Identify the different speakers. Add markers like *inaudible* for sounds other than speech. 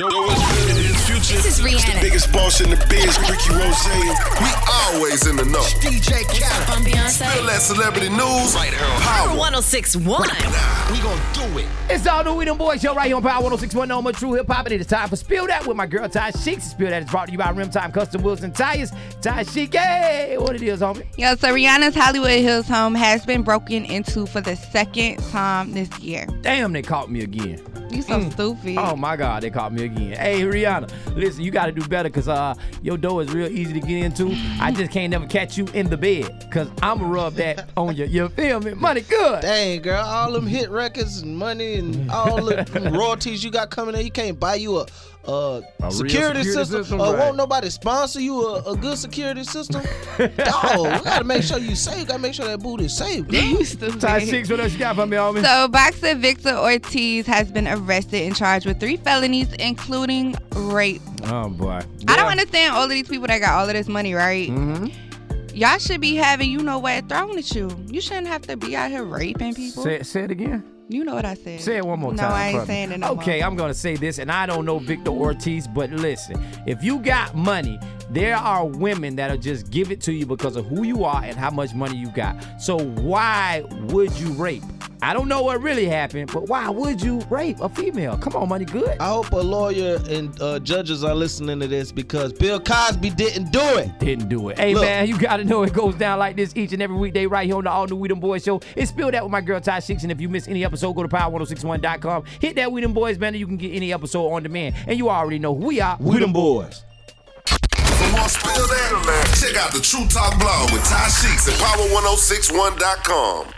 Speaker 1: Yo, what's good? It is Future.
Speaker 2: This is
Speaker 1: It's
Speaker 2: Rihanna.
Speaker 1: the biggest boss in the biz, Ricky Rose. We always in the know.
Speaker 2: DJ Khaled. I'm
Speaker 1: Real
Speaker 2: Beyonce.
Speaker 1: that celebrity news. Right here on
Speaker 2: Power
Speaker 1: Power.
Speaker 2: 1061.
Speaker 1: We gonna do it.
Speaker 3: It's all new. We them boys. Yo, right here on Power 1061 No More True Hip Hop. And it is time for Spill That with my girl Ty Sheeks. Spill That is brought to you by Rim Time Custom Wheels and Tires. Ty Sheik, hey, what it is, homie?
Speaker 4: Yeah, so Rihanna's Hollywood Hills home has been broken into for the second time this year.
Speaker 3: Damn, they caught me again.
Speaker 4: You so stupid.
Speaker 3: Oh
Speaker 4: *laughs*
Speaker 3: my God, they caught me again. Hey Rihanna, listen, you gotta do better cause uh your door is real easy to get into.
Speaker 4: *laughs*
Speaker 3: I just can't never catch you in the bed. Cause I'ma rub that on you. You feel me? Money good.
Speaker 5: Dang, girl, all them hit records and money
Speaker 3: *laughs*
Speaker 5: and all the royalties you got coming in, you can't buy you a, a,
Speaker 3: real
Speaker 5: security,
Speaker 3: security
Speaker 5: system.
Speaker 3: system,
Speaker 5: or
Speaker 3: right.
Speaker 5: won't nobody sponsor you a, a good
Speaker 3: *laughs*
Speaker 5: security system? Dog, we gotta make sure you safe. Gotta make sure that boot is safe, girl.
Speaker 4: You stupid.
Speaker 3: Ty Sheeks, what else you got for me, homie?
Speaker 4: So boxer Victor Ortiz has been arrested and charged with three felonies, including rape.
Speaker 3: oh boy.
Speaker 4: I don't understand all of these people that got all of this money, right?
Speaker 3: Mm-hmm.
Speaker 4: Y'all should be having you know what thrown at you. You shouldn't have to be out here raping people.
Speaker 3: Say, say it again.
Speaker 4: You know what I said.
Speaker 3: Say it one more
Speaker 4: no,
Speaker 3: time.
Speaker 4: No, I
Speaker 3: for
Speaker 4: ain't
Speaker 3: me.
Speaker 4: saying it no more.
Speaker 3: Okay, I'm gonna say this, and I don't know Victor Ortiz, but listen, if you got money, there are women that'll just give it to you because of who you are and how much money you got. So why would you rape? I don't know what really happened, but why would you rape a female? Come on, money good.
Speaker 5: I hope a lawyer and uh, judges are listening to this because Bill Cosby didn't do it.
Speaker 3: Didn't do it. Hey
Speaker 5: Look.
Speaker 3: man, you gotta know it goes down like this each and every weekday right here on the All New Weedem Boys Show. It's Spill That with my girl Ty Six. And if you miss any episode, go to power1061.com. Hit that Weedem Boys banner. You can get any episode on demand. And you already know who we are.
Speaker 5: We them boys.
Speaker 1: For more oh Spill That, check out the True Talk blog with Ty Sheeks at power1061.com.